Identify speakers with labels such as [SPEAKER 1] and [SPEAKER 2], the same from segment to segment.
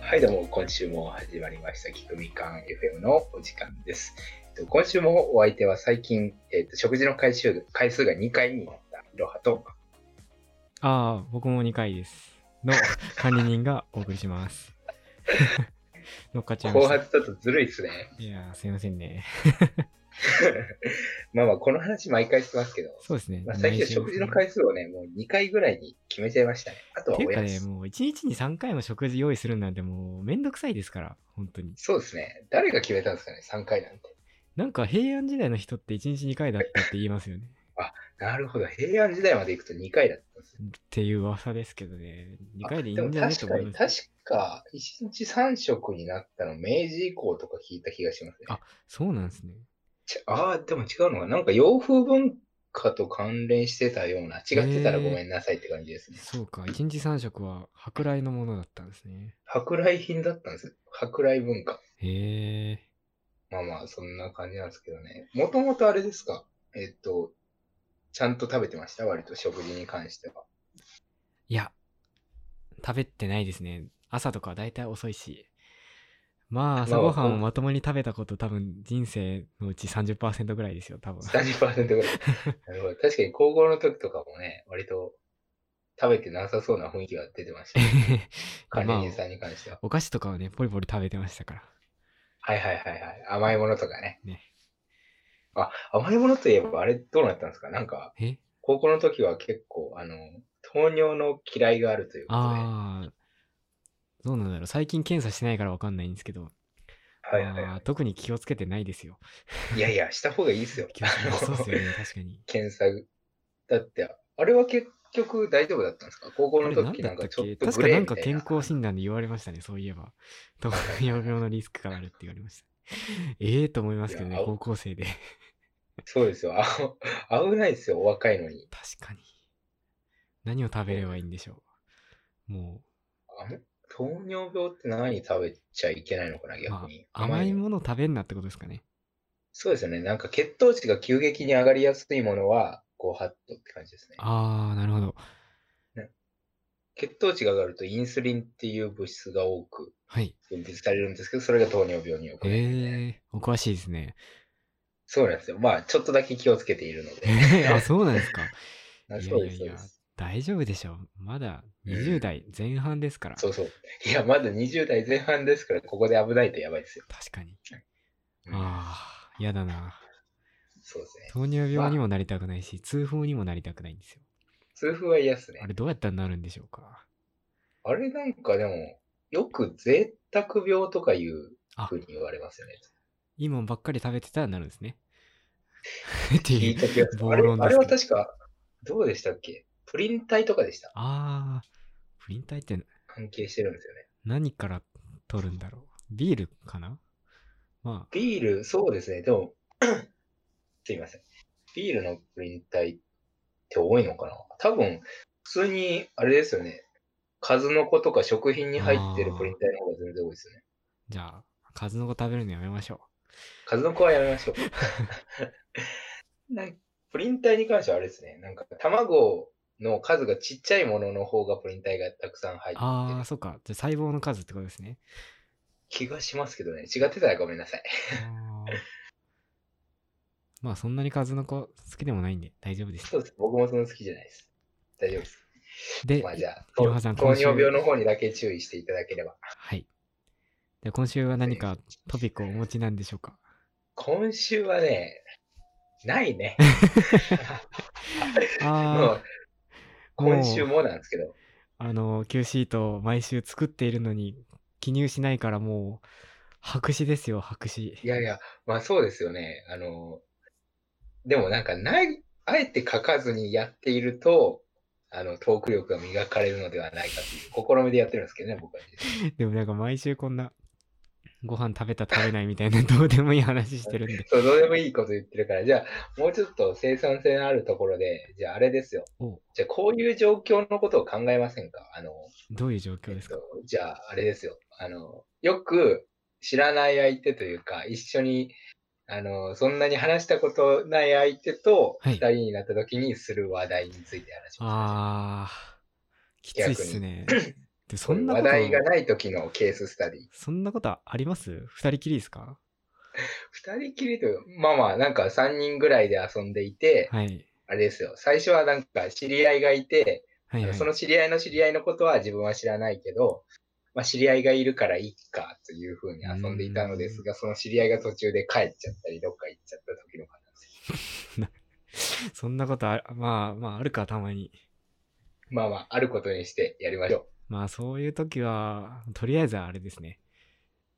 [SPEAKER 1] はい、どうも、今週も始まりました、きくみかん FM のお時間です。えっと今週もお相手は最近、えっと食事の回収回数が2回になったいろはと、
[SPEAKER 2] ああ、僕も2回です。 の管理人がお送りします。 乗っかっちゃいま
[SPEAKER 1] 後
[SPEAKER 2] した。
[SPEAKER 1] 発ちょっとずるいですね。
[SPEAKER 2] いやー、すいませんね。
[SPEAKER 1] まあまあ、この話毎回してますけど、
[SPEAKER 2] そうですね。
[SPEAKER 1] まあ、最近は食事の回数をね、もう2回ぐらいに決めちゃいましたね。あと
[SPEAKER 2] 数
[SPEAKER 1] は
[SPEAKER 2] てい
[SPEAKER 1] お
[SPEAKER 2] うか
[SPEAKER 1] や
[SPEAKER 2] ね、
[SPEAKER 1] つ。
[SPEAKER 2] もう1日に3回も食事用意するなんてもうめんどくさいですから、本当に。
[SPEAKER 1] そうですね。誰が決めたんですかね、3回なんて。
[SPEAKER 2] なんか平安時代の人って1日2回だったって言います よね。
[SPEAKER 1] なるほど、平安時代まで行くと2回だったんですね。
[SPEAKER 2] っていう噂ですけどね。2回でいい
[SPEAKER 1] でも
[SPEAKER 2] んじゃない
[SPEAKER 1] 確
[SPEAKER 2] と
[SPEAKER 1] か
[SPEAKER 2] 思い
[SPEAKER 1] に、
[SPEAKER 2] ます。
[SPEAKER 1] 確か、1日3食になったの、明治以降とか聞いた気がしますね。
[SPEAKER 2] あそうなんですね。
[SPEAKER 1] ちああ、でも違うのかな。なんか洋風文化と関連してたような。違ってたらごめんなさいって感じですね。
[SPEAKER 2] そうか、1日3食は舶来のものだったんですね。
[SPEAKER 1] 舶来品だったんです。舶来文化。
[SPEAKER 2] へえ。
[SPEAKER 1] まあまあ、そんな感じなんですけどね。もともとあれですかえっと、ちゃんと食べてました割と食事に関して は。
[SPEAKER 2] いや、食べてないですね。朝とかだいたい遅いし。まあ、朝ごはんをまともに食べたこと多分人生のうち30%ぐらいですよ、多分。
[SPEAKER 1] 30%ぐらい。なるほど。確かに高校の時とかもね、割と食べてなさそうな雰囲気が出てました、ね。 管理
[SPEAKER 2] まあ
[SPEAKER 1] 人さんに関しては。
[SPEAKER 2] お菓子とかはね、ポリポリ食べてましたから。
[SPEAKER 1] はいはいはいはい。甘いものとかね。
[SPEAKER 2] ね
[SPEAKER 1] あ、甘いものといえばあれどうなったんですかなんか、
[SPEAKER 2] え
[SPEAKER 1] 高校の時は結構、あの、糖尿の嫌いがあるということで、は
[SPEAKER 2] ああ、どうなんだろう。最近検査してないからわかんないんですけど、
[SPEAKER 1] いはい
[SPEAKER 2] ま
[SPEAKER 1] は
[SPEAKER 2] あ特に気をつけてないですよ。
[SPEAKER 1] い。いやいや、した方がいいですよ。
[SPEAKER 2] 気をつ けて そうですよ
[SPEAKER 1] あ
[SPEAKER 2] ね、確かに。
[SPEAKER 1] の検査。だって、あれは結局大丈夫だったんですか高校
[SPEAKER 2] あ
[SPEAKER 1] の
[SPEAKER 2] れ何
[SPEAKER 1] 時
[SPEAKER 2] だ
[SPEAKER 1] なん
[SPEAKER 2] った
[SPEAKER 1] か
[SPEAKER 2] っ
[SPEAKER 1] ちょ
[SPEAKER 2] け
[SPEAKER 1] っと
[SPEAKER 2] 確
[SPEAKER 1] グ
[SPEAKER 2] か
[SPEAKER 1] レ
[SPEAKER 2] な
[SPEAKER 1] ー
[SPEAKER 2] ん
[SPEAKER 1] みた
[SPEAKER 2] か
[SPEAKER 1] いな。
[SPEAKER 2] 健康診断で言われましたね、そうい えば。糖尿病のリスクがあるって言われました。ええと思いますけど
[SPEAKER 1] い
[SPEAKER 2] ね
[SPEAKER 1] や、
[SPEAKER 2] 高校生で。
[SPEAKER 1] そうですよ。あ危ないですよ、お若いのに。
[SPEAKER 2] 確かに。何を食べればいいんでしょう。も
[SPEAKER 1] あん糖尿病って何食べちゃいけないのかな、
[SPEAKER 2] う、ま
[SPEAKER 1] 逆に。
[SPEAKER 2] あ、甘い
[SPEAKER 1] の
[SPEAKER 2] ものを食べんなってことですかね。
[SPEAKER 1] そうですよね。なんか血糖値が急激に上がりやすいものは、こう、ハットって感じですね。
[SPEAKER 2] ああ、なるほど。
[SPEAKER 1] 血糖値が上がるとインスリンっていう物質が多く
[SPEAKER 2] はい。
[SPEAKER 1] 分泌されるんですけど、それが糖尿病によく、
[SPEAKER 2] ええお詳しいで すね。
[SPEAKER 1] そうなんですよ。まあ、ちょっとだけ気をつけているので。
[SPEAKER 2] えーあ、そうなんですか。
[SPEAKER 1] あ
[SPEAKER 2] いやいやいや
[SPEAKER 1] そうです、そうです。
[SPEAKER 2] 大丈夫でしょう。まだ
[SPEAKER 1] うん
[SPEAKER 2] 20代前半ですから。
[SPEAKER 1] そうそう。いや、まだ20代前半ですから、ここで危ないとやばいですよ。
[SPEAKER 2] 確かに。
[SPEAKER 1] うん
[SPEAKER 2] ああ、やだな。
[SPEAKER 1] そうですね。
[SPEAKER 2] 糖尿病にもなりたくないし、痛風にもなりたくないんですよ。
[SPEAKER 1] 痛風は嫌ですね
[SPEAKER 2] あ。れどうやったらなるんでしょうか。
[SPEAKER 1] あれなんかでも、よく贅沢病とかいう
[SPEAKER 2] あ
[SPEAKER 1] ふうに言われますよね。
[SPEAKER 2] いいもんばっかり食べてたらなるんですね。 っ
[SPEAKER 1] 聞
[SPEAKER 2] てい。
[SPEAKER 1] いうた気がする。
[SPEAKER 2] 暴
[SPEAKER 1] あれ
[SPEAKER 2] 論
[SPEAKER 1] あれ
[SPEAKER 2] です
[SPEAKER 1] は
[SPEAKER 2] けど。
[SPEAKER 1] 確か、どうでしたっけプリン体とかでした。
[SPEAKER 2] ああ、プリン体って
[SPEAKER 1] 関係してるんですよね。
[SPEAKER 2] 何から取るんだろうビールかなまあ、
[SPEAKER 1] ビール、そうですね。でも、 すいません。ビールのプリン体って多いのかな多分、普通に、あれですよね。数の子とか食品に入ってるプリン体の方が全然多いですよね。
[SPEAKER 2] じゃあ、数の子食べるのやめましょ
[SPEAKER 1] 数の子はやめましょう。なプリン体に関してはあれですね。なんか、卵の数がちっちゃいものの方がプリン体がたくさん入
[SPEAKER 2] う。
[SPEAKER 1] って
[SPEAKER 2] あ
[SPEAKER 1] る
[SPEAKER 2] あ、そうか。じゃあ細胞の数ってことですね。
[SPEAKER 1] 気がしますけどね。違ってたらごめんなさい。
[SPEAKER 2] あーまあ、そんなに数の子好きでもないんで大丈夫です
[SPEAKER 1] そ。うです。僕もそんな好きじゃないです。大丈夫です。
[SPEAKER 2] で
[SPEAKER 1] ま、あじゃあ、
[SPEAKER 2] いろはさん
[SPEAKER 1] 糖
[SPEAKER 2] 今週
[SPEAKER 1] 尿病の方にだけ注意していただければ。
[SPEAKER 2] はい。で今週は何かトピックをお持ちなんでしょうか
[SPEAKER 1] 今週はね、ないね。もう
[SPEAKER 2] ああ、
[SPEAKER 1] 今週
[SPEAKER 2] もう
[SPEAKER 1] もなんですけど、
[SPEAKER 2] あの、Q シートを毎週作っているのに記入しないからもう白紙ですよ、白紙。
[SPEAKER 1] いやいや、まあそうですよね。あの、でもなんかない、あえて書かずにやっていると、あの、トーク力が磨かれるのではないかという試みでやってるんですけどね、僕は。
[SPEAKER 2] でもなんか毎週こんなご飯食べた食べないみた いなどうでもいい話してるんで。
[SPEAKER 1] そう、どうでもいいこと言ってるから、じゃあ、もうちょっと生産性のあるところで、じゃああれですよ。
[SPEAKER 2] お
[SPEAKER 1] じゃあ、こういう状況のことを考えませんかあの、
[SPEAKER 2] どういう状況ですか
[SPEAKER 1] えっとじゃあ、あれですよ。あの、よく知らない相手というか、一緒に、あの、そんなに話したことない相手と、
[SPEAKER 2] は
[SPEAKER 1] 二
[SPEAKER 2] い
[SPEAKER 1] 人になった時にする話題について話します。
[SPEAKER 2] ああ、きついっすね。でそんな
[SPEAKER 1] 話
[SPEAKER 2] こと
[SPEAKER 1] 題がない時のケーススタディ。
[SPEAKER 2] そんなことあります二人きりですか
[SPEAKER 1] 二人きりという、まあまあ、なんか3人ぐらいで遊んでいて、
[SPEAKER 2] はい
[SPEAKER 1] あれですよ、最初はなんか知り合いがいて、
[SPEAKER 2] はい、はい、
[SPEAKER 1] その知り合いの知り合いのことは自分は知らないけど、まあ、知り合いがいるからいいかというふうに遊んでいたのですが、その知り合いが途中で帰っちゃったり、どっか行っちゃった時の話。
[SPEAKER 2] そんなことあまあまああるかたまに
[SPEAKER 1] まあまあ、あることにしてやりましょ
[SPEAKER 2] まあそういう時はとりあえずあれですね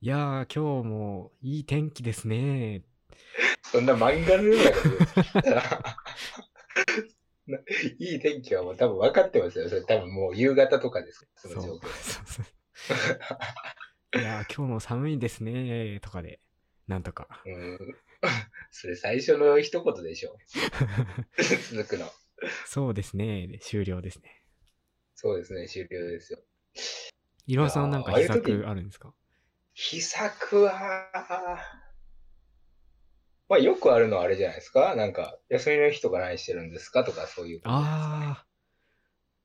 [SPEAKER 2] いやー今日もいい天気ですね
[SPEAKER 1] う。そんな漫画のようなこと言ったら いい天気はもう多分分かってますよ。それ多分もう夕方とかです。そ
[SPEAKER 2] そう
[SPEAKER 1] の状況。
[SPEAKER 2] そうそういやー今日も寒いですねとかでなんとか
[SPEAKER 1] うん。 それ最初の一言でしょ。続くの。
[SPEAKER 2] そうですねで終了ですね
[SPEAKER 1] そうですね、終了ですよ。
[SPEAKER 2] いろはさんなんか
[SPEAKER 1] ああい
[SPEAKER 2] 秘
[SPEAKER 1] う時
[SPEAKER 2] 策あるんですか
[SPEAKER 1] 秘策は、まあよくあるのはあれじゃないですかなんか、休みの日とか何してるんですかとかそういうことですかね。
[SPEAKER 2] ああ。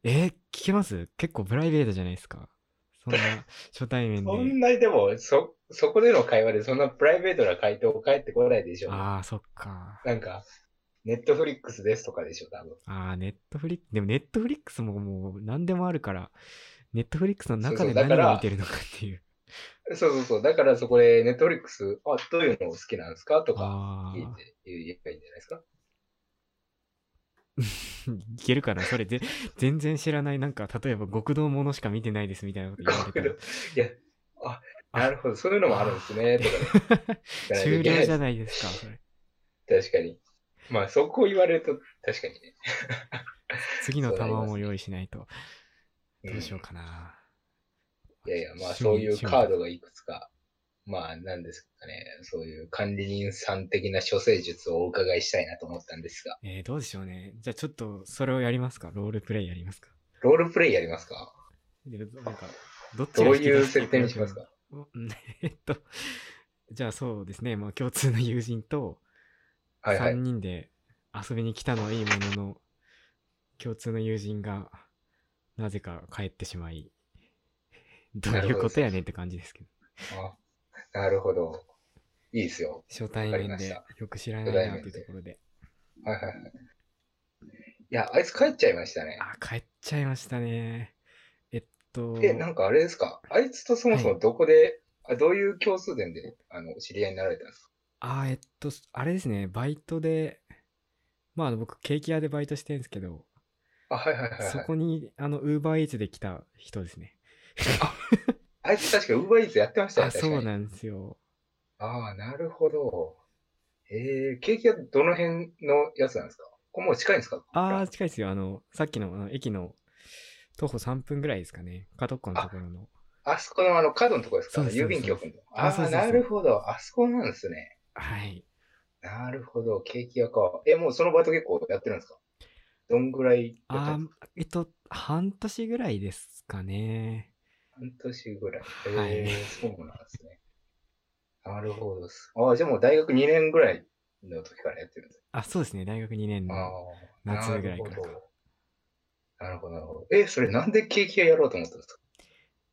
[SPEAKER 2] えー聞けます結構プライベートじゃないですか。そんな初対面
[SPEAKER 1] そん
[SPEAKER 2] で。
[SPEAKER 1] なにでも、そ、そこでの会話でそんなプライベートな回答返ってこないでしょ
[SPEAKER 2] ああ、そっか。
[SPEAKER 1] なんか、ネットフリックスですとかでしょ多分。
[SPEAKER 2] ああ、ネットフリックでもネットフリックスももう何でもあるから、ネットフリックスの中で
[SPEAKER 1] そうそうだから
[SPEAKER 2] 何を見てるのかっ ていう。
[SPEAKER 1] そうそうそう。だからそこでネットフリックス、あ、どういうのを好きなんですかとか
[SPEAKER 2] あ
[SPEAKER 1] 聞いて言えばいいんじゃないですか
[SPEAKER 2] あ。いけるかなそれで、全然知らない、なんか、例えば極道ものしか見てないですみたいなこと言われたら
[SPEAKER 1] 極 いやあ、なるほど、そういうのもあるんですね。とかね じゃないといけない
[SPEAKER 2] 終了
[SPEAKER 1] で
[SPEAKER 2] じ
[SPEAKER 1] す
[SPEAKER 2] ゃないですか、それ。
[SPEAKER 1] 確かに。まあ、そこを言われると、確かにね。
[SPEAKER 2] 次の
[SPEAKER 1] そうなり
[SPEAKER 2] 玉
[SPEAKER 1] ますね
[SPEAKER 2] も用意しないと。
[SPEAKER 1] うん
[SPEAKER 2] どうしようかな。
[SPEAKER 1] いやいや、まあ、
[SPEAKER 2] 趣味
[SPEAKER 1] そういう
[SPEAKER 2] 趣味
[SPEAKER 1] カードがいくつか、まあ、なんですかね、そういう管理人さん的な処世術をお伺いしたいなと思ったんですが、
[SPEAKER 2] えー、どうでしょうね。じゃあちょっとそれをやりますかロールプレイやりますか
[SPEAKER 1] ロールプレイやりますか
[SPEAKER 2] でなんか、どっち
[SPEAKER 1] ど
[SPEAKER 2] が
[SPEAKER 1] う
[SPEAKER 2] 引き
[SPEAKER 1] いう
[SPEAKER 2] 出して
[SPEAKER 1] 設
[SPEAKER 2] く
[SPEAKER 1] 定
[SPEAKER 2] れる
[SPEAKER 1] にしますか
[SPEAKER 2] うん えっと、じゃあそうですね。まあ共通の友人と
[SPEAKER 1] はいは
[SPEAKER 2] 3
[SPEAKER 1] い。
[SPEAKER 2] 人で遊びに来たのはいいものの、共通の友人がなぜか帰ってしまい、 どう
[SPEAKER 1] なる
[SPEAKER 2] い
[SPEAKER 1] ほど
[SPEAKER 2] うことやねんって感じですけど。
[SPEAKER 1] あなるほど。いいですよ。
[SPEAKER 2] 初対
[SPEAKER 1] わかり
[SPEAKER 2] 面
[SPEAKER 1] まし
[SPEAKER 2] で
[SPEAKER 1] た
[SPEAKER 2] よく知らないなっていうところで。
[SPEAKER 1] はいはいはい。いや、あいつ帰っちゃいましたね。
[SPEAKER 2] あ、帰っちゃいましたね。えっと、
[SPEAKER 1] え、なんかあれですかあいつとそもそもどこで、あどういう共通点であの知り合いになられたんですか
[SPEAKER 2] あー、えっと、あれですね、バイトで、まああの僕、ケーキ屋でバイトしてるんですけど、
[SPEAKER 1] あ、はいはいはい、はい。
[SPEAKER 2] そこに、あの、ウーバーイーツで来た人ですね。
[SPEAKER 1] あいつ確か Uber Eats やってました
[SPEAKER 2] あ、
[SPEAKER 1] ね。
[SPEAKER 2] そう
[SPEAKER 1] ね。
[SPEAKER 2] なんですよ。
[SPEAKER 1] ああ、なるほど。えー、ケーキ屋どの辺のやつなんですかここもう近いんですか
[SPEAKER 2] あー、近いですよ。あの、さっきの、あの駅の、徒歩3分ぐらいですかね。角っこのところの。
[SPEAKER 1] あそこのあの角のとこですか
[SPEAKER 2] そうです
[SPEAKER 1] 郵便局の。あ
[SPEAKER 2] あ
[SPEAKER 1] あ
[SPEAKER 2] そう
[SPEAKER 1] ー、
[SPEAKER 2] そうそう
[SPEAKER 1] なるほど。あそこなんですね。
[SPEAKER 2] はい。
[SPEAKER 1] なるほど。ケーキ屋か。え、もうそのバイト結構やってるんですかどんぐらいやった
[SPEAKER 2] あ
[SPEAKER 1] んで
[SPEAKER 2] ー、えっと、半年ぐらいですかね。
[SPEAKER 1] すか半年ぐらい。
[SPEAKER 2] はい
[SPEAKER 1] えー、そうなんですね。なるほどっす。ああ、じゃあもう大学2年ぐらいの時からやってるんです
[SPEAKER 2] あ、そうですね。大学2年
[SPEAKER 1] ああー、
[SPEAKER 2] の。夏ぐらいからか
[SPEAKER 1] なるほど。なるほど、なるほど。え、それなんでケーキ屋やろうと思ったんですか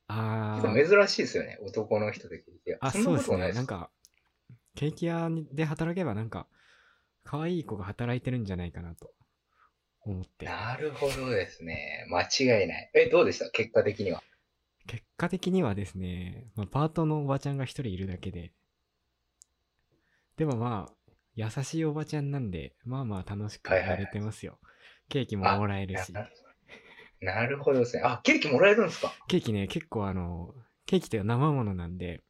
[SPEAKER 2] あー、
[SPEAKER 1] 結構珍しいですよね、男の人でケーキ屋。んな
[SPEAKER 2] あ、そう
[SPEAKER 1] こ
[SPEAKER 2] で
[SPEAKER 1] と
[SPEAKER 2] す
[SPEAKER 1] い
[SPEAKER 2] ね。なんか、ケーキ屋にで働けば、なんか、可愛い子が働いてるんじゃないかなと思って。
[SPEAKER 1] なるほどですね。間違いない。え、どうでした結果的には。
[SPEAKER 2] 結果的にはですね、まあ、パートのおばちゃんが一人いるだけで、でもまあ、優しいおばちゃんなんで、まあまあ楽しく
[SPEAKER 1] はいはいは
[SPEAKER 2] や
[SPEAKER 1] い
[SPEAKER 2] れてますよ。ケーキももらえるし、
[SPEAKER 1] ななるほどですね。あ、ケーキもらえるんですか
[SPEAKER 2] ケーキね、結構あの、ケーキって生ものなんで、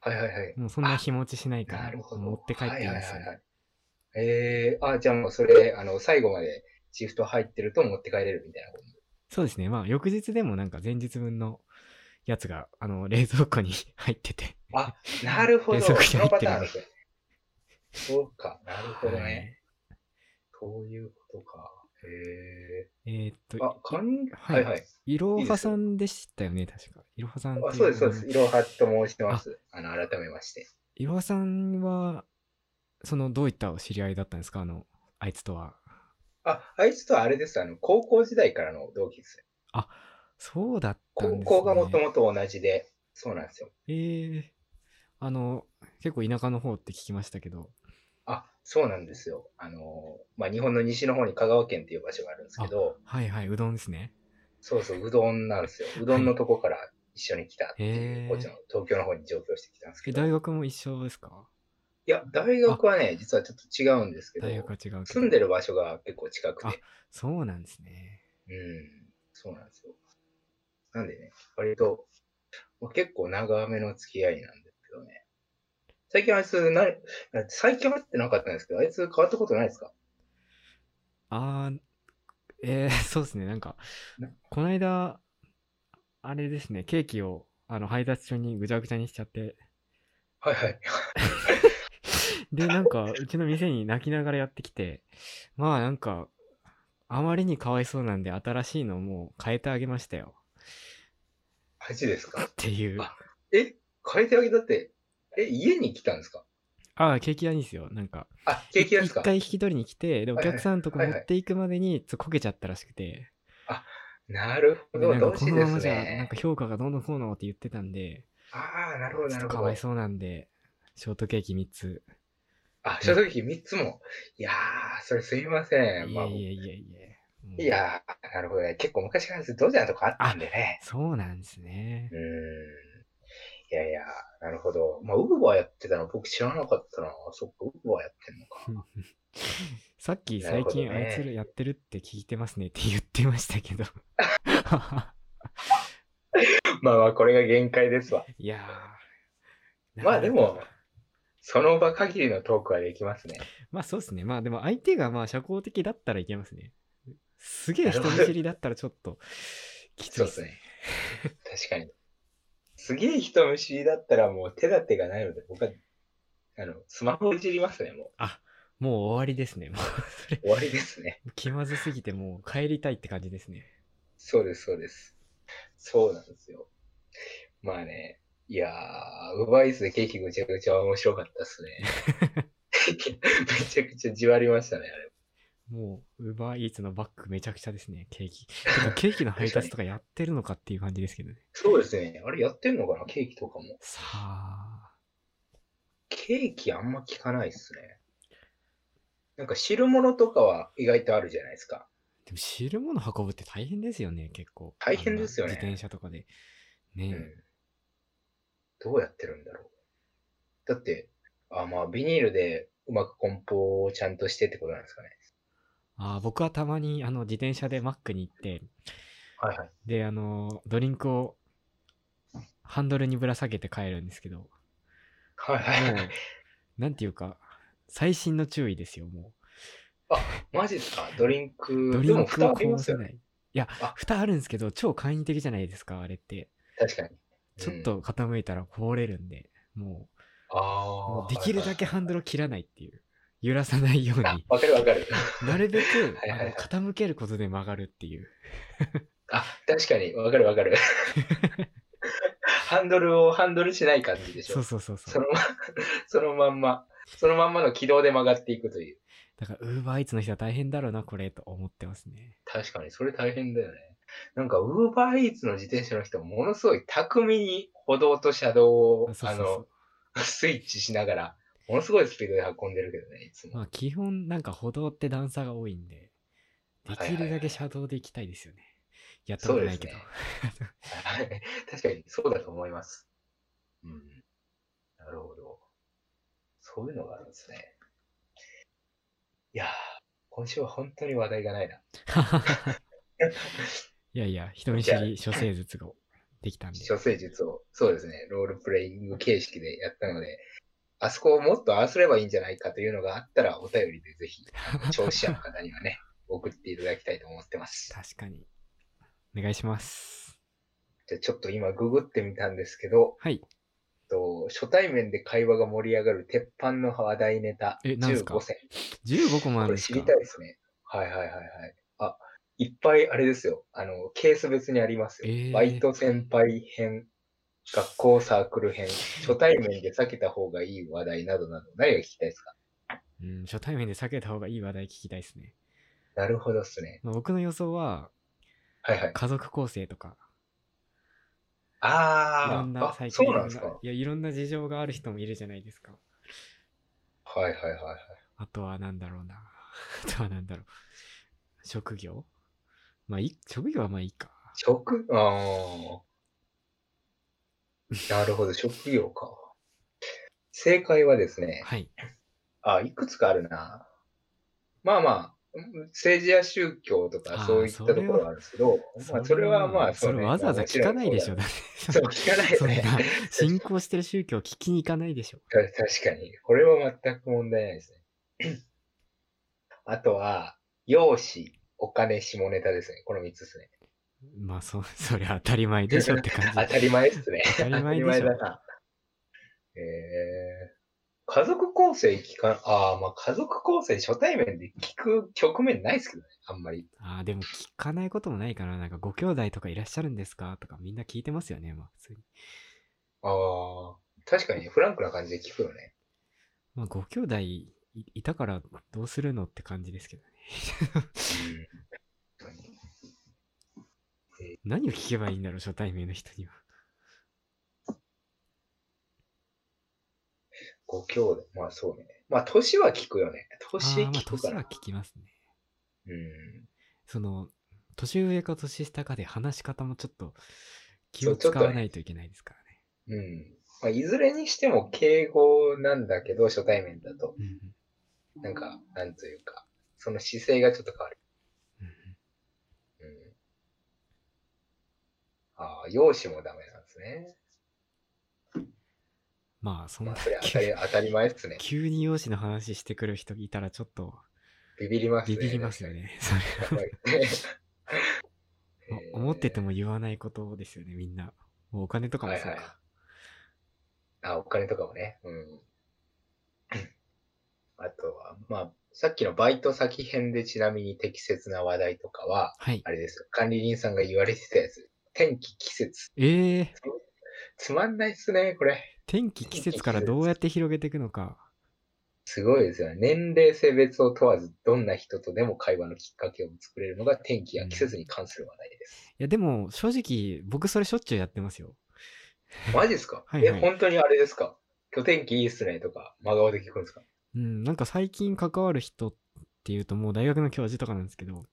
[SPEAKER 1] はいはいはい。
[SPEAKER 2] もうそんな日持ちしないか
[SPEAKER 1] な
[SPEAKER 2] ら、
[SPEAKER 1] るほど。
[SPEAKER 2] 持って帰っていいんですよ
[SPEAKER 1] はは
[SPEAKER 2] ね
[SPEAKER 1] は。はいえー、あ、じゃあもうそれ、あの、最後までシフト入ってると持って帰れるみたいなこと。
[SPEAKER 2] そうですね。まあ、翌日でもなんか前日分のやつが、あの、冷蔵庫に 入ってて。
[SPEAKER 1] あ、なるほど。
[SPEAKER 2] 冷蔵庫に
[SPEAKER 1] そのパターン
[SPEAKER 2] 入
[SPEAKER 1] で
[SPEAKER 2] っ
[SPEAKER 1] すね。そうか、なるほどね。そういうことか。へ
[SPEAKER 2] はい。えーっ
[SPEAKER 1] え。あ
[SPEAKER 2] と、、
[SPEAKER 1] かん、
[SPEAKER 2] は
[SPEAKER 1] はいいはい。
[SPEAKER 2] いろ
[SPEAKER 1] いいです
[SPEAKER 2] は
[SPEAKER 1] よ
[SPEAKER 2] さんでしたよね、確か。いろはさんってい
[SPEAKER 1] あそうです、そうで
[SPEAKER 2] あ
[SPEAKER 1] す。
[SPEAKER 2] の
[SPEAKER 1] いろはと申してます。あの、改めまして。
[SPEAKER 2] いろはさんは、その、どういったお知り合いだったんですかあの、あいつとは。
[SPEAKER 1] あ、あいつとはあれです。あの、高校時代からの同期です。
[SPEAKER 2] あ、そうだったん
[SPEAKER 1] 高
[SPEAKER 2] ですね。
[SPEAKER 1] 校がもともと同じで、そうなんですよ。
[SPEAKER 2] ええあの、結構田舎の方って聞きましたけど、
[SPEAKER 1] あ、そうなんですよ。あの、まあ、日本の西の方に香川県っていう場所があるんですけど、
[SPEAKER 2] はいはい、うどんですね。
[SPEAKER 1] そうそう、うどんなんですよ。うどんのとこから一緒に来たっていう、
[SPEAKER 2] へー
[SPEAKER 1] こっちの東京の方に上京してきたんです
[SPEAKER 2] え
[SPEAKER 1] けど、
[SPEAKER 2] 大
[SPEAKER 1] い
[SPEAKER 2] 学も一緒ですか
[SPEAKER 1] や、大学はね、実はちょっと違うんですけど
[SPEAKER 2] 大、学は違うけど。
[SPEAKER 1] 住んでる場所が結構近くて、
[SPEAKER 2] あそうなんですね。
[SPEAKER 1] うん、そうなんですよ。なんでね、割と、まあ、結構長めの付き合いなんですけどね。最近あいつな、最近会ってなかったんですけど、あいつ変わったことないですか
[SPEAKER 2] あー、えー、 そうですね、なんか
[SPEAKER 1] な、
[SPEAKER 2] この間、あれですね、ケーキをあの配達中にぐちゃぐちゃにしちゃって、
[SPEAKER 1] はいはい。
[SPEAKER 2] で、なんか、うちの店に泣きながらやってきて、まあなんか、あまりにかわいそうなんで、新しいのをもう変えてあげましたよ。
[SPEAKER 1] マジですか
[SPEAKER 2] っていう。
[SPEAKER 1] あえ変えてあげたって、え、家に来たんですか
[SPEAKER 2] ああ、ケーキ屋にですよ。なんか、
[SPEAKER 1] あ、ケーキ屋ですか
[SPEAKER 2] 一回引き取りに来て、で、お
[SPEAKER 1] はいはい
[SPEAKER 2] 客さんのとこ持っていくまでに、ちょっとこけちゃったらしくて、
[SPEAKER 1] なるほ
[SPEAKER 2] で
[SPEAKER 1] ど、
[SPEAKER 2] なんか
[SPEAKER 1] 同
[SPEAKER 2] こ
[SPEAKER 1] 士
[SPEAKER 2] の
[SPEAKER 1] で
[SPEAKER 2] まますじゃ、なん
[SPEAKER 1] ね
[SPEAKER 2] か。評価がどうのこうのって言ってたんで、
[SPEAKER 1] ああ、なるほど、
[SPEAKER 2] ちょ
[SPEAKER 1] なる
[SPEAKER 2] っ
[SPEAKER 1] ほ
[SPEAKER 2] とか
[SPEAKER 1] ど
[SPEAKER 2] わい。そうなんで、ショートケーキ3つ。
[SPEAKER 1] あ、正直3つも。いやー、それすいません。
[SPEAKER 2] い
[SPEAKER 1] まあ、
[SPEAKER 2] や
[SPEAKER 1] い
[SPEAKER 2] いやいやいや。もう
[SPEAKER 1] やー、なるほどね。結構昔からドジャーとかあったんでね。
[SPEAKER 2] そうなんですね
[SPEAKER 1] う。ーん。いやいや、なるほど。まあ、ウーバーやってたの僕知らなかったな。そっか、ウーバーやってんのか。
[SPEAKER 2] さっき
[SPEAKER 1] なる
[SPEAKER 2] 最
[SPEAKER 1] ほどね
[SPEAKER 2] 近あいつらやってるって聞いてますねって言ってまし たけど。
[SPEAKER 1] まあまあ、これが限界です わ。
[SPEAKER 2] いやー
[SPEAKER 1] まあでも、その場限りのトークはできますね。
[SPEAKER 2] まあそうですね。まあでも相手がまあ社交的だったらいけますね。すげえ人見知りだったらちょっときつ
[SPEAKER 1] そうで
[SPEAKER 2] いで
[SPEAKER 1] す
[SPEAKER 2] す
[SPEAKER 1] ね
[SPEAKER 2] ね。。
[SPEAKER 1] 確かに。 すげえ人見知りだったらもう手立てがないので、僕は、あの、スマホいじりますね、もう。
[SPEAKER 2] あもう終わりですね。もうそれ
[SPEAKER 1] 終わりですね。
[SPEAKER 2] 気まずすぎてもう帰りたいって感じですね。
[SPEAKER 1] そうです、そうです。そうなんですよ。まあね、いやー、ウーバーイーツでケーキぐちゃぐちゃは面白かったっす ね。めちゃくちゃじわりましたね、あれ。
[SPEAKER 2] もう、ウーバーイーツのバッグめちゃくちゃですね、ケーキ。て かケーキの配達とかやってるのかっていう感じですけどね。
[SPEAKER 1] そうですね。あれやってんのかな、ケーキとかも。
[SPEAKER 2] さあ、
[SPEAKER 1] ケーキあんま聞かないっすね。なんか汁物とかは意外とあるじゃないですか。
[SPEAKER 2] でも汁物運ぶって大変ですよね、結構。
[SPEAKER 1] 大変ですよね
[SPEAKER 2] あんな自転車とかで。
[SPEAKER 1] う
[SPEAKER 2] ね
[SPEAKER 1] ん。どうやってるんだろう。だって、あまあ、ビニールでうまく梱包をちゃんとしてってことなんですかね。
[SPEAKER 2] あー僕はたまにあの自転車でマックに行って、
[SPEAKER 1] はいはい。
[SPEAKER 2] で、あの、ドリンクをハンドルにぶら下げて帰るんですけど、 も
[SPEAKER 1] はいはい。
[SPEAKER 2] う、なんていうか、細心の注意ですよ、も
[SPEAKER 1] マジですかドリン
[SPEAKER 2] う。
[SPEAKER 1] ク。
[SPEAKER 2] ド
[SPEAKER 1] で
[SPEAKER 2] リ
[SPEAKER 1] も
[SPEAKER 2] ンク
[SPEAKER 1] 蓋
[SPEAKER 2] を
[SPEAKER 1] あり
[SPEAKER 2] こぼ
[SPEAKER 1] ます
[SPEAKER 2] せ
[SPEAKER 1] よ
[SPEAKER 2] な
[SPEAKER 1] ね。
[SPEAKER 2] い。いや
[SPEAKER 1] あ、
[SPEAKER 2] 蓋あるんですけど、超簡易的じゃないですか、あれって。
[SPEAKER 1] 確かに。
[SPEAKER 2] ちょっ
[SPEAKER 1] うん、
[SPEAKER 2] と傾いたらこぼれるんで、もう、も
[SPEAKER 1] あ
[SPEAKER 2] う
[SPEAKER 1] あ。
[SPEAKER 2] できるだけ
[SPEAKER 1] は
[SPEAKER 2] ハンドルを切らないっていう。揺らさないよう
[SPEAKER 1] いはいはい
[SPEAKER 2] に
[SPEAKER 1] あ、。わかるわかる。
[SPEAKER 2] なるべく
[SPEAKER 1] はいはいはい
[SPEAKER 2] あの傾けることで曲がるっていう。
[SPEAKER 1] あ、確かに。わかるわ かる。ハンドルをハンドルしない感じでし
[SPEAKER 2] そ
[SPEAKER 1] ょ
[SPEAKER 2] う。そうそうそう。
[SPEAKER 1] そのま、そのまんま、そのまんまの軌道で曲がっていくという。
[SPEAKER 2] だから、ウーバーイーツの人は大変だろうな、これ、と思ってますね。
[SPEAKER 1] 確かに、それ大変だよね。なんか、ウーバーイーツの自転車の人、ものすごい巧みに歩道と車道を
[SPEAKER 2] あ、そう
[SPEAKER 1] あ
[SPEAKER 2] そうそ
[SPEAKER 1] の、スイッチしながら、ものすごいスピードで運んでるけどね、いつ
[SPEAKER 2] う。ま
[SPEAKER 1] も。
[SPEAKER 2] あ、基本、なんか歩道って段差が多いんで、
[SPEAKER 1] は
[SPEAKER 2] で
[SPEAKER 1] い
[SPEAKER 2] き
[SPEAKER 1] はい
[SPEAKER 2] るだけ車道で行きたいですよね。やったことないけど。
[SPEAKER 1] そうはい 確かに、そうだと思います。うん。なるほど。そういうのがあるんですね。いやー、今週は本当に話題がないな。
[SPEAKER 2] いやいや、人見知り処世術ができたんで。
[SPEAKER 1] 処世術を、そうですね、ロールプレイング形式でやったので、あそこをもっとああすればいいんじゃないかというのがあったら、お便りでぜひ、聴取者の方にはね、 送っていただきたいと思ってます。
[SPEAKER 2] 確かに。お願いします。
[SPEAKER 1] じゃあちょっと今ググってみたんですけど、
[SPEAKER 2] はい。
[SPEAKER 1] えっと初対面で会話が盛り上がる鉄板の話題ネタ
[SPEAKER 2] えなんすか
[SPEAKER 1] 15選。
[SPEAKER 2] 15個もあ
[SPEAKER 1] こ
[SPEAKER 2] る
[SPEAKER 1] れ
[SPEAKER 2] んです
[SPEAKER 1] 知
[SPEAKER 2] か
[SPEAKER 1] りたいですね。はいはいはいはい。あ、いっぱいあれですよ。あの、ケース別にありますよ。
[SPEAKER 2] えー
[SPEAKER 1] バイト先輩編、学校サークル編、初対面で避けた方がいい話題などなど、何が聞きたいですか
[SPEAKER 2] うん、初対面で避けた方がいい話題聞きたいですね。
[SPEAKER 1] なるほどっすね。
[SPEAKER 2] まあ僕の予想は、
[SPEAKER 1] はいはい。
[SPEAKER 2] 家族構成とか、いろ
[SPEAKER 1] あ
[SPEAKER 2] ん
[SPEAKER 1] ー
[SPEAKER 2] な
[SPEAKER 1] あ、
[SPEAKER 2] 最
[SPEAKER 1] そ
[SPEAKER 2] 近
[SPEAKER 1] う
[SPEAKER 2] い
[SPEAKER 1] な
[SPEAKER 2] ろ
[SPEAKER 1] ん
[SPEAKER 2] ん
[SPEAKER 1] ですか。
[SPEAKER 2] ないやいろんな事情がある人もいるじゃないですか。
[SPEAKER 1] はいはいはいはい。
[SPEAKER 2] あとはなんだろうな。 あとはなんだろう。職業まあいい、職業はまあいいか。
[SPEAKER 1] 職ああ。なるほど、職業か。正解はですね、
[SPEAKER 2] はい。
[SPEAKER 1] あ、いくつかあるな。まあまあ、政治や宗教と
[SPEAKER 2] あ
[SPEAKER 1] か
[SPEAKER 2] ー
[SPEAKER 1] そういったところはあるんですけど、まあそれはまあ
[SPEAKER 2] それわざわざ聞かないでしょ。
[SPEAKER 1] ね
[SPEAKER 2] だっ
[SPEAKER 1] まあ
[SPEAKER 2] て。
[SPEAKER 1] そう聞かないよ
[SPEAKER 2] そん
[SPEAKER 1] ね。
[SPEAKER 2] な信仰してる宗教聞きに行かないでしょ。
[SPEAKER 1] た 確かに。これは全く問題ないですね。あとは、容姿、お金、下ネタですね。この3つですね。
[SPEAKER 2] まあそ、そりゃ当たり前でしょって感
[SPEAKER 1] 当
[SPEAKER 2] じ。
[SPEAKER 1] たり前ですね。
[SPEAKER 2] 当た り前でしょ
[SPEAKER 1] だな。えー、家族構成聞か、ああ、まあ家族構成初対面で聞く局面ないですけどね。あんまり。
[SPEAKER 2] ああ、でも聞かないこともないから、なんかご兄弟とかいらっしゃるんですかとかみんな聞いてますよね、まあ普通に。
[SPEAKER 1] ああ、確かにねフランクな感じで聞くよね。
[SPEAKER 2] まあご兄弟いいたからどうするのって感じですけどね。
[SPEAKER 1] うん。
[SPEAKER 2] 何を聞けばいいんだろう、初対面の人には。
[SPEAKER 1] ご兄弟、まあそうね。まあ年は聞くよね。年
[SPEAKER 2] あーまあ
[SPEAKER 1] 聞くか
[SPEAKER 2] 年
[SPEAKER 1] ら。
[SPEAKER 2] は聞きますね。
[SPEAKER 1] うん。
[SPEAKER 2] その、年上か年下かで話し方もちょっと気
[SPEAKER 1] そ
[SPEAKER 2] を
[SPEAKER 1] うちょ
[SPEAKER 2] 使
[SPEAKER 1] っと
[SPEAKER 2] わ
[SPEAKER 1] ね
[SPEAKER 2] ないといけないですから
[SPEAKER 1] う
[SPEAKER 2] ね。
[SPEAKER 1] ん。まあ、いずれにしても敬語なんだけど、初対面だと、
[SPEAKER 2] うんうん
[SPEAKER 1] なんか、なんというか、その姿勢がちょっと変わる。
[SPEAKER 2] うんうん
[SPEAKER 1] うん。ああ、容姿もダメなんですね。
[SPEAKER 2] まあ、そん
[SPEAKER 1] ま
[SPEAKER 2] な
[SPEAKER 1] あ、それ当た
[SPEAKER 2] 急
[SPEAKER 1] り、当たり前ですね。
[SPEAKER 2] 急に容姿の話してくる人いたらちょっと
[SPEAKER 1] ビビりますね。
[SPEAKER 2] ビビりますよね。それ
[SPEAKER 1] やっ ぱり。えー
[SPEAKER 2] 思ってても言わないことですよね、みんな。もうお金とかもそうか。
[SPEAKER 1] はいはあ、お金とかもね。うん。あとは、まあ、さっきのバイト先編でちなみに適切な話題とかは、
[SPEAKER 2] はい。
[SPEAKER 1] あれですよ。管理人さんが言われてたやつ。天気、季節。
[SPEAKER 2] えー、
[SPEAKER 1] つまんないっすね、これ。
[SPEAKER 2] 天気、季節からどうやって広げていくのか。
[SPEAKER 1] すごいですよね。年齢、性別を問わず、どんな人とでも会話のきっかけを作れるのが天気や季節に関する話題です。
[SPEAKER 2] いや、でも、正直、僕それしょっちゅうやってますよ。
[SPEAKER 1] マジですか
[SPEAKER 2] はいはい
[SPEAKER 1] え、本当にあれですか今日天気いいっすねとか、真顔で聞くんですか
[SPEAKER 2] うん、なんか最近関わる人っていうと、もう大学の教授とかなんですけど、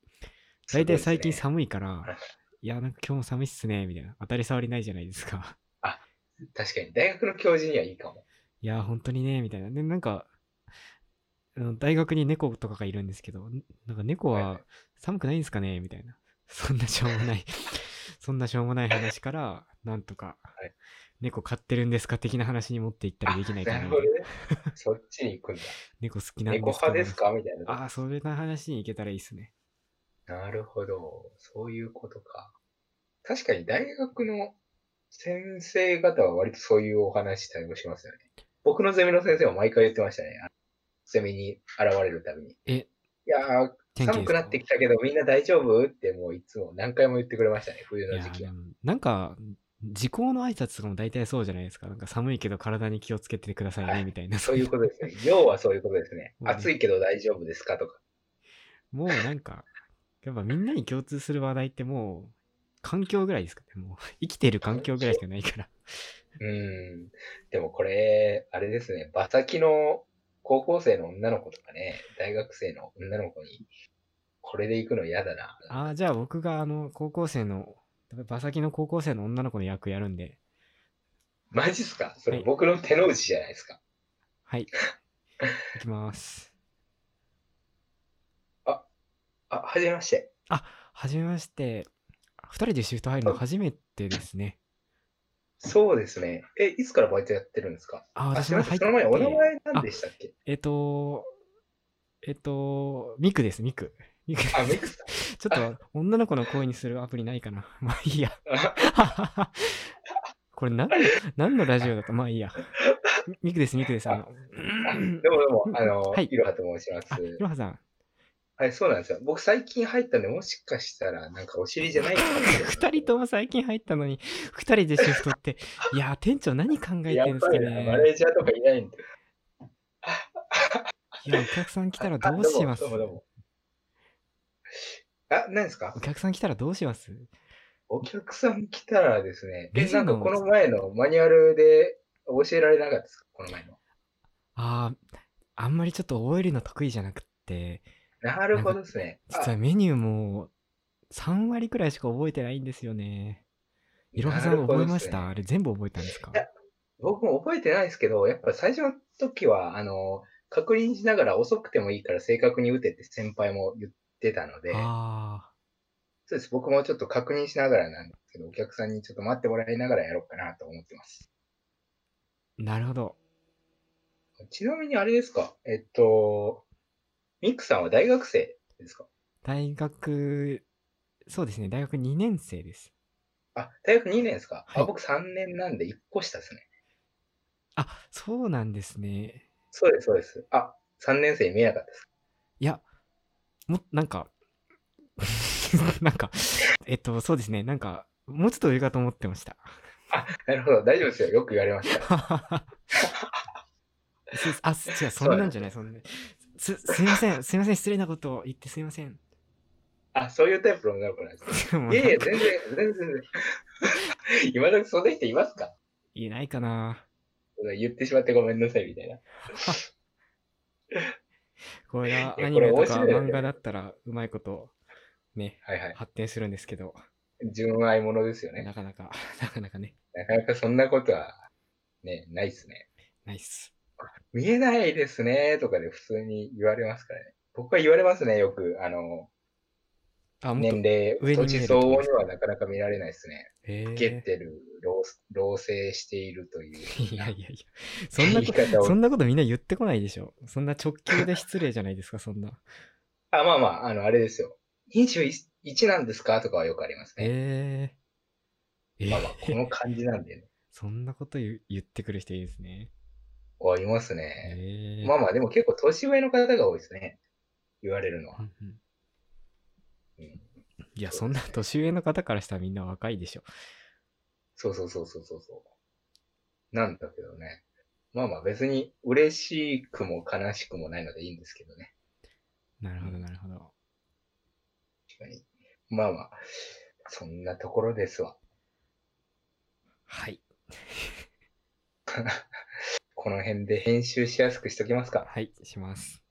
[SPEAKER 2] 大体最近
[SPEAKER 1] すごい
[SPEAKER 2] 寒 いから、いや、なんか今日も寒いっすね、みたいな。当たり障りないじゃないですか。
[SPEAKER 1] ですね確かに、大学の教授にはいいかも。
[SPEAKER 2] いや、本当にね、みたいな。で、なんか、あの大学に猫とかがいるんですけど、んなんか猫
[SPEAKER 1] はいは
[SPEAKER 2] は寒くないんですかねみたいな。そんなしょうも ない、そんなしょうもない話から、なんとか
[SPEAKER 1] い、
[SPEAKER 2] 猫飼ってるんですか的な話に持っていったりできないか
[SPEAKER 1] な
[SPEAKER 2] な
[SPEAKER 1] る
[SPEAKER 2] み
[SPEAKER 1] ほど
[SPEAKER 2] たいな。
[SPEAKER 1] ね。そっちに行くんだ。
[SPEAKER 2] 猫好き なんです
[SPEAKER 1] 猫派ですかみたいな。
[SPEAKER 2] ああ、それな話に行けたらいいっすね。
[SPEAKER 1] なるほど。そういうことか。確かに大学の先生方は割とそういうお話対応しますよね。僕のゼミの先生は毎回言ってましたね。あのゼミに現れるたびに。
[SPEAKER 2] え
[SPEAKER 1] いやー、
[SPEAKER 2] 天気ですか
[SPEAKER 1] 寒くなってきたけどみんな大丈夫ってもういつも何回も言ってくれましたね。冬
[SPEAKER 2] い
[SPEAKER 1] の
[SPEAKER 2] や
[SPEAKER 1] 時期
[SPEAKER 2] で
[SPEAKER 1] は。
[SPEAKER 2] もなんか時効の挨拶とかも大体そうじゃないですかなんか寒いけど体に気をつけてください
[SPEAKER 1] は
[SPEAKER 2] ね
[SPEAKER 1] い
[SPEAKER 2] みたいな、
[SPEAKER 1] そういうことですね。要はそういうことですね。
[SPEAKER 2] うん
[SPEAKER 1] 暑いけど大丈夫ですかとか。
[SPEAKER 2] もうなんかやっぱみんなに共通する話題ってもう環境ぐらいですかねもう生きてる環境ぐらいしかないから
[SPEAKER 1] うん。でもこれ、あれですね。馬先の高校生の女の子とかね、大学生の女の子に、これで行くの嫌だな。
[SPEAKER 2] ああじゃあ僕があの高校生の馬先の高校生の女の子の役やるんで
[SPEAKER 1] マジっすかそ
[SPEAKER 2] は
[SPEAKER 1] れ
[SPEAKER 2] い
[SPEAKER 1] 僕の手の内じゃないですか。
[SPEAKER 2] はいいきます
[SPEAKER 1] あ、はじめまして。
[SPEAKER 2] はじめまして2人でシフト入るの初めてですね
[SPEAKER 1] そうですね。え、いつからバイトやってるんですか
[SPEAKER 2] あー
[SPEAKER 1] あ、す
[SPEAKER 2] 私
[SPEAKER 1] み
[SPEAKER 2] も
[SPEAKER 1] ません。
[SPEAKER 2] 入っ
[SPEAKER 1] そ
[SPEAKER 2] て
[SPEAKER 1] の前、お名前何でしたっけ
[SPEAKER 2] えっと、えっと、ミクです、ミク。ミクです
[SPEAKER 1] あ、ミクさん。
[SPEAKER 2] ちょっと女の子の声にするアプリないかな。 まあいいや。
[SPEAKER 1] あ
[SPEAKER 2] これな、何のラジオだったまあいいや。ミミクです、ミクです。あの、
[SPEAKER 1] でもでも、あの、
[SPEAKER 2] はい
[SPEAKER 1] いろはと申しま
[SPEAKER 2] あ、
[SPEAKER 1] す
[SPEAKER 2] い。ろはさん。
[SPEAKER 1] はい、そうなんですよ。僕最近入ったんで、もしかしたら、なんかお尻じゃないかもしれない
[SPEAKER 2] 二人とも最近入ったのに、二人でシフトって、いやー、店長何考えて
[SPEAKER 1] や
[SPEAKER 2] るん
[SPEAKER 1] っ
[SPEAKER 2] です
[SPEAKER 1] ぱ
[SPEAKER 2] か
[SPEAKER 1] りな、マネ
[SPEAKER 2] ね。
[SPEAKER 1] ージャーとかいないんで。
[SPEAKER 2] いや、お客さん来たらどうします
[SPEAKER 1] あどうもどうもどうもあ、何ですか
[SPEAKER 2] お客さん来たらどうします
[SPEAKER 1] お客さん来たらですね、
[SPEAKER 2] レ
[SPEAKER 1] え、
[SPEAKER 2] ジの
[SPEAKER 1] なんかこの前のマニュアルで教えられなかったですかこの前の。
[SPEAKER 2] ああ、あんまりちょっと覚えるの得意じゃなくって、
[SPEAKER 1] なるほどですね。
[SPEAKER 2] 実はメニューも3割くらいしか覚えてないんですよね。いろはさ
[SPEAKER 1] なんるほど
[SPEAKER 2] 覚え
[SPEAKER 1] っすね
[SPEAKER 2] ました、あれ全部覚えたんで すか
[SPEAKER 1] いや僕も覚えてないですけど、やっぱ最初の時は、あの、確認しながら遅くてもいいから正確に打てって先輩も言ってたので、
[SPEAKER 2] あ
[SPEAKER 1] そうです。僕もちょっと確認しながらなんですけど、お客さんにちょっと待ってもらいながらやろうかなと思ってます。
[SPEAKER 2] あ、なるほど。
[SPEAKER 1] ちなみにあれですかえっと、ミクさんは大学生ですか
[SPEAKER 2] 大学、そうですね、大学2年生です。
[SPEAKER 1] あ、大学2年ですか、
[SPEAKER 2] は
[SPEAKER 1] あ
[SPEAKER 2] い
[SPEAKER 1] 僕3年なんで1個下ですね。
[SPEAKER 2] あ、そうなんですね。
[SPEAKER 1] そうです、そうです。あ、3年生に見えなかったです。
[SPEAKER 2] いや、も、なんか、 なんか、えっと、そうですね、なんか、もうちょっと上かと思ってました。
[SPEAKER 1] なるほど、大丈夫ですよ。よく言われました。
[SPEAKER 2] すあ、す違う、そんなんじゃない、そんな。す、すいません、すいません、失礼なことを言ってすいません。
[SPEAKER 1] あ、そういうタイプの女の子なんですね。
[SPEAKER 2] でも
[SPEAKER 1] いやいや、全然、全然、全然。 今時そんな人いますか
[SPEAKER 2] いないかな。
[SPEAKER 1] 言ってしまってごめんなさい、みたいな。
[SPEAKER 2] これが
[SPEAKER 1] いや
[SPEAKER 2] ア
[SPEAKER 1] こ
[SPEAKER 2] ニ
[SPEAKER 1] れ
[SPEAKER 2] メと
[SPEAKER 1] 面
[SPEAKER 2] か
[SPEAKER 1] 白いよね
[SPEAKER 2] 漫画だったら、うまいこと、ね、
[SPEAKER 1] はいはい。
[SPEAKER 2] 発展するんですけど、
[SPEAKER 1] 純愛者ですよね。
[SPEAKER 2] なかなか、 なかなかね、
[SPEAKER 1] なかなかそんなことは、ね、ないですね。
[SPEAKER 2] ないっす。
[SPEAKER 1] 見えないですね、とかで普通に言われますからね。僕は言われますね、よく。あの、
[SPEAKER 2] あ、もっと
[SPEAKER 1] 年、齢、
[SPEAKER 2] 上に見え
[SPEAKER 1] 年
[SPEAKER 2] る
[SPEAKER 1] 相応にはなかなか見られないですね。
[SPEAKER 2] え
[SPEAKER 1] 受けてる、老老成しているという。
[SPEAKER 2] ー、いやいやいや、そんな
[SPEAKER 1] 言い
[SPEAKER 2] こ
[SPEAKER 1] 方
[SPEAKER 2] と、
[SPEAKER 1] を
[SPEAKER 2] そんなことみんな言ってこないでしょ。そんな直球で失礼じゃないですか、そんな。
[SPEAKER 1] あ、まあまあ、あの、あれですよ。21なんですかとかはよくありますね。
[SPEAKER 2] えー、え
[SPEAKER 1] まあまあ、
[SPEAKER 2] ー
[SPEAKER 1] この感じなんでね。
[SPEAKER 2] そんなこと言う言ってくる人いるんですね。
[SPEAKER 1] あ、いますね。
[SPEAKER 2] えー、
[SPEAKER 1] まあまあ、でも結構年上の方が多いですね。言われるのは。
[SPEAKER 2] うんうん
[SPEAKER 1] うん
[SPEAKER 2] いや、
[SPEAKER 1] そ
[SPEAKER 2] そう
[SPEAKER 1] ですね
[SPEAKER 2] んな年上の方からしたらみんな若いでしょ。
[SPEAKER 1] そうそうそうそうそうそう。なんだけどね。まあまあ、別に嬉しくも悲しくもないのでいいんですけどね。
[SPEAKER 2] なるほど、なるほど。
[SPEAKER 1] 確かに。まあまあ、そんなところですわ。
[SPEAKER 2] はい。
[SPEAKER 1] この辺で編集しやすくしときますか。
[SPEAKER 2] はい、します。